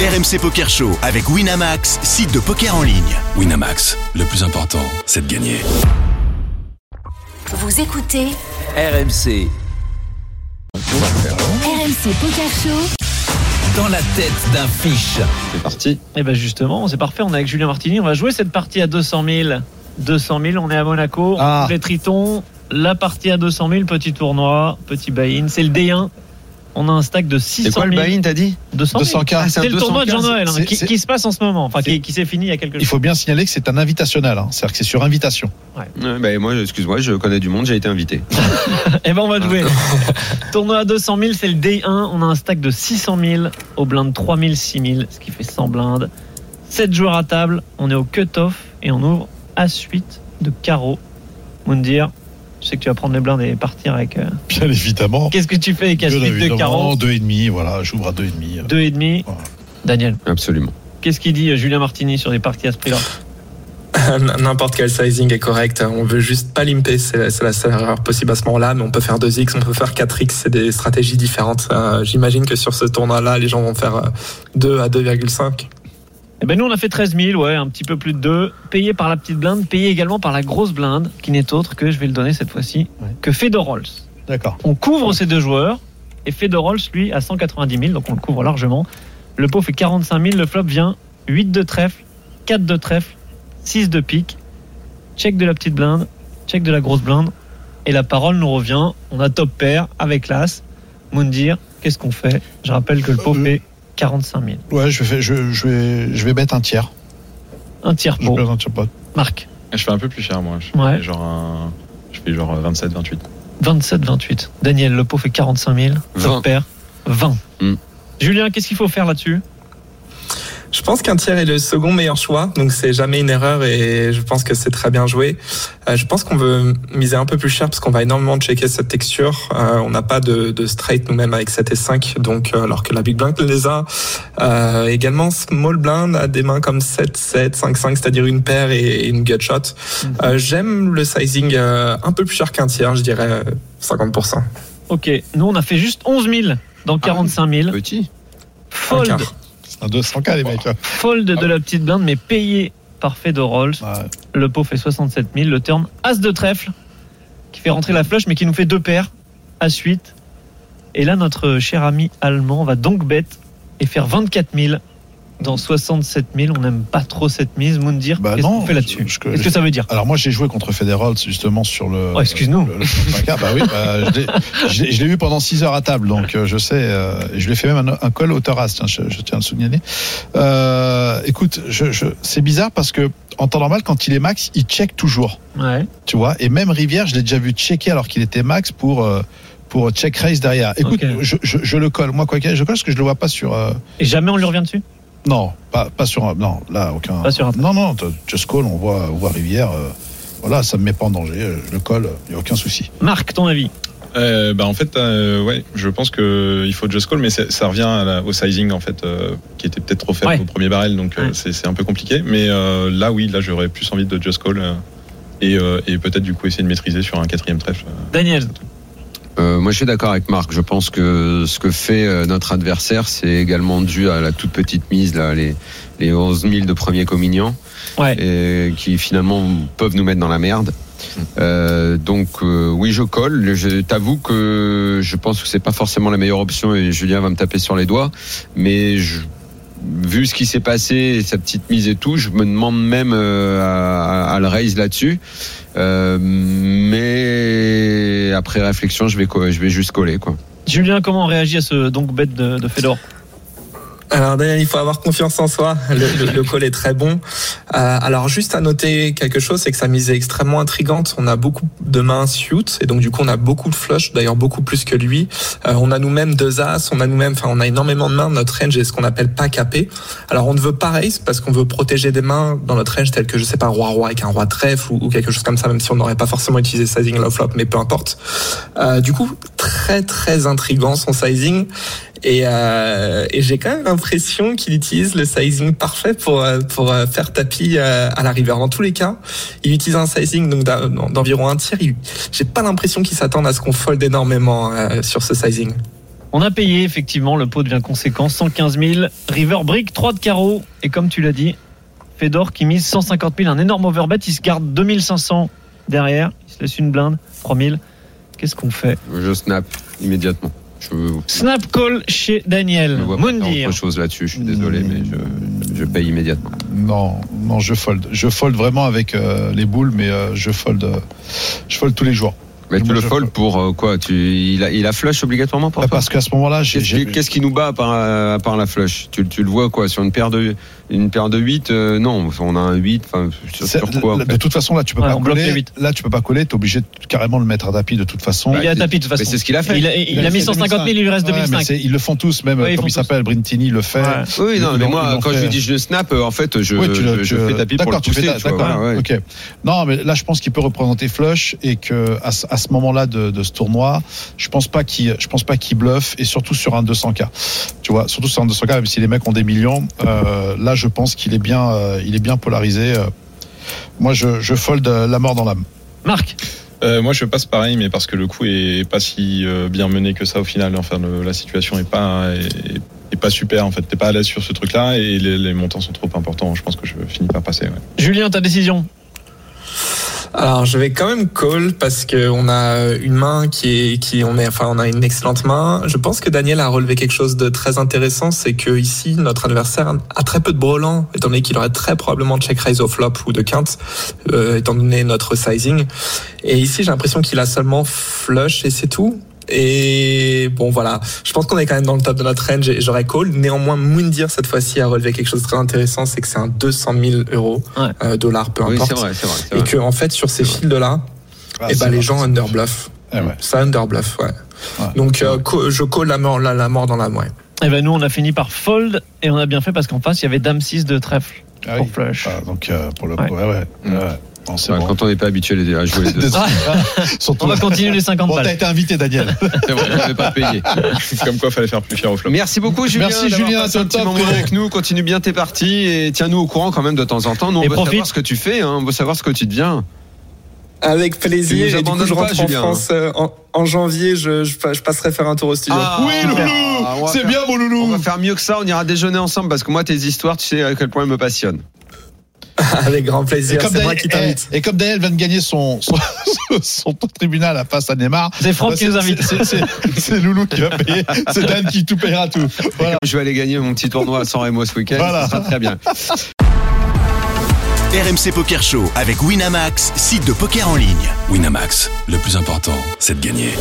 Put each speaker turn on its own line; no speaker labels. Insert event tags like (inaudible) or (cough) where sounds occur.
RMC Poker Show avec Winamax, site de poker en ligne.
Winamax, le plus important, c'est de gagner.
Vous écoutez
RMC,
RMC Poker Show.
dans la tête d'un fiche.
C'est parti.
Et ben justement, c'est parfait. On est avec Julien Martini. On va jouer cette partie à 200 000. 200 000, on est à Monaco.
Ah.
On fait les tritons. La partie à 200 000, petit tournoi, petit buy-in. C'est le D1. On a un stack de 600
C'est
000.
quoi le buy-in, t'as dit
200 000.
200K,
Ah,
c'est
C'est
un
le tournoi de
215.
Jean-Noël hein,
C'est-
qui,
c'est-
qui se passe en ce moment. Enfin, qui, qui s'est fini il y a quelques
Il
jours.
faut bien signaler que c'est un invitationnel, hein. c'est-à-dire que c'est sur invitation.
Ouais, bah, moi, excuse-moi, je connais du monde, j'ai été invité.
Eh ben, on va
Ah. (laughs)
jouer. tournoi à 200 000, c'est le D1. On a un stack de 600 000 au blind 3 000, 6 000, ce qui fait 100 blindes. 7 joueurs à table. On est au cut-off et on ouvre à suite de carreau. Moundir, je sais que tu vas prendre les blindes et partir avec. euh,
Bien évidemment.
Qu'est-ce que tu fais avec la
Bien
suite de
évidemment,
carreau
deux et demi, voilà, j'ouvre à deux et demi.
2,5.
Voilà.
Daniel,
Absolument.
qu'est-ce qu'il dit euh, Julien Martini sur des parties à ce prix-là
(laughs) N- N'importe quel sizing est correct. On veut juste pas limper. C'est c'est la seule erreur possible à ce moment-là. Mais on peut faire 2x, on peut faire 4x. C'est des stratégies différentes. Euh, J'imagine que sur ce tournoi-là, les gens vont faire euh, 2 à 2,5.
Eh ben nous, on a fait 13 000, ouais, un petit peu plus de 2. Payé par la petite blinde, payé également par la grosse blinde, qui n'est autre que, je vais le donner cette fois-ci,
Ouais.
que Fedor Rolls.
D'accord.
On couvre ces deux joueurs, et Fedor Rolls, lui, à 190 000, donc on le couvre largement. Le pot fait 45 000, le flop vient 8 de trèfle, 4 de trèfle, 6 de pique, check de la petite blinde, check de la grosse blinde, et la parole nous revient. On a top pair avec l'As. Moundir, qu'est-ce qu'on fait Je rappelle que le pot
Euh,
fait 45 000.
Ouais, je, fais- je, je vais, je vais mettre un tiers.
Un tiers
Je vais
pot.
mettre un tiers pot.
Marc.
Je fais un peu plus cher, moi. Je fais
Ouais.
genre un- Je fais genre 27-28.
27-28. Daniel, le pot fait 45 000. Top
20.
pair, 20.
Mm.
Julien, qu'est-ce qu'il faut faire là-dessus
Je pense qu'un tiers est le second meilleur choix, donc c'est jamais une erreur et je pense que c'est très bien joué. Euh, je pense qu'on veut miser un peu plus cher parce qu'on va énormément checker cette texture. Euh, on n'a pas de, de straight nous-mêmes avec 7 et 5, donc euh, alors que la big blind les a. Euh, également, small blind a des mains comme 7, 7, 5, 5, c'est-à-dire une paire et une gut shot. Euh, J'aime le sizing euh, un peu plus cher qu'un tiers, je dirais euh, 50%.
Ok, nous on a fait juste 11 000
Ah
dans 45 000.
Petit.
Un
Fold,
quart.
Un 200K, les mecs. là.
fold de la petite blinde, mais payé par Fedor Rolls.
Ah Ouais.
Le pot fait 67 000. Le turn As de trèfle, qui fait rentrer la flush, mais qui nous fait deux paires à suite. Et là, notre cher ami allemand va donc bête et faire 24 000 dans 67 000. On n'aime pas trop cette mise. Moundir,
Bah
qu'est-ce
non,
qu'on fait là-dessus
je- je-
Qu'est-ce que ça veut dire
Alors moi j'ai joué contre Federal justement sur le.
Oh, excuse-nous.
le- le 125K. bah oui, bah, je l'ai- je l'ai- je l'ai vu pendant 6 heures à table, donc euh, je sais. euh, et je lui ai fait même un, un call hauteur as, tiens, je, je tiens à le souligner. Euh, écoute, je, je- c'est bizarre parce que en temps normal, quand il est max, il check toujours.
Ouais.
tu vois. Et même Rivière, je l'ai déjà vu checker alors qu'il était max pour euh, pour check raise derrière. Écoute,
Ok.
je, je, je le colle. Moi, quoi qu'il arrive, je colle parce que je le vois pas sur. euh,
Et jamais on lui revient dessus
non, pas pas sur. un- Non, là aucun.
Pas sur un-
Non, non. t- Just call. On voit on voit Rivière. euh, voilà, ça me met pas en danger. euh, Je le colle. Il y a aucun souci.
Marc, ton avis
Euh, bah en fait, euh, ouais, je pense que il faut just call, mais ça ça revient à la- au sizing en fait, euh, qui était peut-être trop faible
Ouais.
au premier barrel, donc euh,
Ouais.
c'est c'est un peu compliqué. Mais euh, là, oui, là, j'aurais plus envie de just call euh, et, euh, et peut-être du coup essayer de maîtriser sur un quatrième trèfle.
Daniel,
Euh, moi, je suis d'accord avec Marc. Je pense que ce que fait euh, notre adversaire, c'est également dû à la toute petite mise, là, les, les 11 000 de premiers communiants,
Ouais.
et qui finalement peuvent nous mettre dans la merde. Euh, donc euh, oui je colle je t'avoue que je pense que c'est pas forcément la meilleure option et Julien va me taper sur les doigts mais je, vu ce qui s'est passé et sa petite mise et tout je me demande même euh, à, à- à le raise là-dessus euh, mais après réflexion, je vais, co- je vais juste coller. Quoi.
Julien, comment on réagit à ce donc bête de, de Fedor
Alors Daniel, il faut avoir confiance en soi. Le, le- le call est très bon. Euh, alors juste à noter quelque chose, c'est que sa mise est extrêmement intrigante. On a beaucoup de mains suit et donc du coup on a beaucoup de flush, d'ailleurs beaucoup plus que lui. Euh, on a nous-mêmes deux as, on a nous-mêmes, enfin on a énormément de mains. Notre range est ce qu'on appelle pas capé. Alors on ne veut pas raise parce qu'on veut protéger des mains dans notre range telles que je sais pas roi roi avec un roi trèfle ou, ou quelque chose comme ça, même si on n'aurait pas forcément utilisé sizing low flop, mais peu importe. Euh, du coup très très intrigant son sizing. Et, euh, et j'ai quand même l'impression qu'il utilise le sizing parfait pour euh, pour euh, faire tapis euh, à la river. En tous les cas, il utilise un sizing donc d'en- d'environ un tiers. Il- J'ai pas l'impression qu'il s'attende à ce qu'on fold énormément euh, sur ce sizing.
On a payé, effectivement, le pot devient conséquent, 115 000. River Brick, 3 de carreau. Et comme tu l'as dit, Fedor qui mise 150 000, un énorme overbet, il se garde 2500 derrière, il se laisse une blinde, 3000. Qu'est-ce qu'on fait
Je snap immédiatement. Je veux
Snap call chez
je
Daniel.
me vois pas faire
Moundir.
autre chose là-dessus. Je suis désolé, mais je, je paye immédiatement.
Non, non, je fold. Je fold vraiment avec euh, les boules, mais euh, je fold. euh, je fold tous les jours.
Mais tu
Moi,
le
je-
fold pour euh, quoi tu, il, a, il a flush obligatoirement pour
Ah,
toi
Parce qu'à ce moment-là, j'ai-
Qu'est-ce
j'ai-
qui, qu'est-ce qui nous bat à part, euh, à part la flush tu, tu le vois quoi Sur une paire de, une paire de 8 euh, Non, on a un 8. enfin, Sur,
c'est-
sur quoi en
de
fait
toute façon, là, tu peux
Ouais,
pas
on bloque les
coller.
huit.
Là, tu peux pas coller. T'es obligé de, carrément de le mettre à tapis de toute façon.
Il est à tapis de toute
Bah, Mais
façon.
c'est ce qu'il a fait.
Bah, Il a, il a mis 150 000, il lui reste
Ouais, mais
2005.
c'est- ils le font tous, même
Ouais, ils
comme
font
il
tous.
s'appelle Brintini le fait.
Ouais.
Oui, non,
Ils
mais
l'ont-
moi,
ils l'ont
quand
fait.
je lui dis je le snap, euh, en fait, je,
Oui, tu le-
je- je
tu-
fais tapis pour le
D'accord, tu
pousser.
fais ta-
tu vois,
d'accord.
voilà, ouais.
Ok. Non, mais là, je pense qu'il peut représenter flush et que à, ce- à ce moment-là de, de ce tournoi, je pense pas qu'il, je pense pas qu'il bluffe et surtout sur un 200K. Tu vois, surtout sur un 200K, même si les mecs ont des millions, euh, là, je pense qu'il est bien, euh, il est bien polarisé. euh. Moi, je, je fold euh, la mort dans l'âme.
Marc,
Euh, moi, je passe pareil, mais parce que le coup est pas si euh, bien mené que ça au final. Enfin, le- la situation est pas est, est pas super. En fait, t'es pas à l'aise sur ce truc-là et les, les montants sont trop importants. Je pense que je finis par passer. ouais.
Julien, ta décision
Alors je vais quand même call parce que on a une main qui est qui on est enfin on a une excellente main. Je pense que Daniel a relevé quelque chose de très intéressant, c'est que ici notre adversaire a très peu de brelans étant donné qu'il aurait très probablement check raise au flop ou de quinte euh, étant donné notre sizing. Et ici j'ai l'impression qu'il a seulement flush et c'est tout. Et bon voilà, je pense qu'on est quand même dans le top de notre range et j'aurais call. Néanmoins, Moundir cette fois-ci a relevé quelque chose de très intéressant, c'est que c'est un 200 000 euros,
Ouais.
euh, dollars, peu
Oui,
importe
c'est vrai, c'est vrai. c'est
et
vrai.
que en fait sur ces fils de là
Ah,
eh ben, les gens underbluff
Eh ouais.
ça underbluff ouais,
Ouais.
donc euh, co- je colle la mort la, la mort dans la main
Eh ben nous, on a fini par fold et on a bien fait parce qu'en face, il y avait Dame 6 de trèfle
Ah
pour
oui.
flush.
Ah, donc euh, pour le
Ouais.
coup, ouais, ouais.
Mm.
ouais. Non, c'est
Ouais,
bon.
Quand on n'est pas habitué les- à jouer les
(laughs)
deux,
Ah,
Surtout-
on va continuer les 50
Bon, t'as
balles.
été invité, Daniel.
c'est vrai, on n'est pas
(laughs)
payé.
Comme quoi, fallait faire plus fier au flop.
Merci beaucoup, Julien.
Merci,
d'avoir
Julien,
passé
à
un
toi,
petit moment
Bruno.
avec nous. Continue bien tes parties et tiens-nous au courant quand même de temps en temps. Nous, on
Et
veut
profite.
savoir ce que tu fais, hein, on veut savoir ce que tu deviens.
avec plaisir
Tu nous
et du coup
abandonnes
je rentre
pas,
en
Julien, hein
France euh, en, en janvier je, je, pa- je passerai faire un tour au studio
oui,
on va-
loulou
on va
C'est
faire-
bien, mon
On va
loulou
faire mieux que ça, on ira déjeuner ensemble parce que moi, tes histoires, tu sais à quel point elles me passionnent.
(laughs) avec grand
Et
plaisir
comme,
c'est moi
Daniel,
qui t'invite
eh, et comme Daniel vient de gagner son, (laughs) son, son tribunal à face à Neymar,
C'est Franck
bah,
qui nous invite.
c'est- c'est- c'est Loulou qui va payer, c'est Dan qui tout payera tout. Voilà.
Je vais aller gagner mon petit tournoi à San Remo ce week-end,
Voilà.
ça sera très bien.
RMC Poker Show avec Winamax, site de poker en ligne.
Winamax, le plus important, c'est de gagner.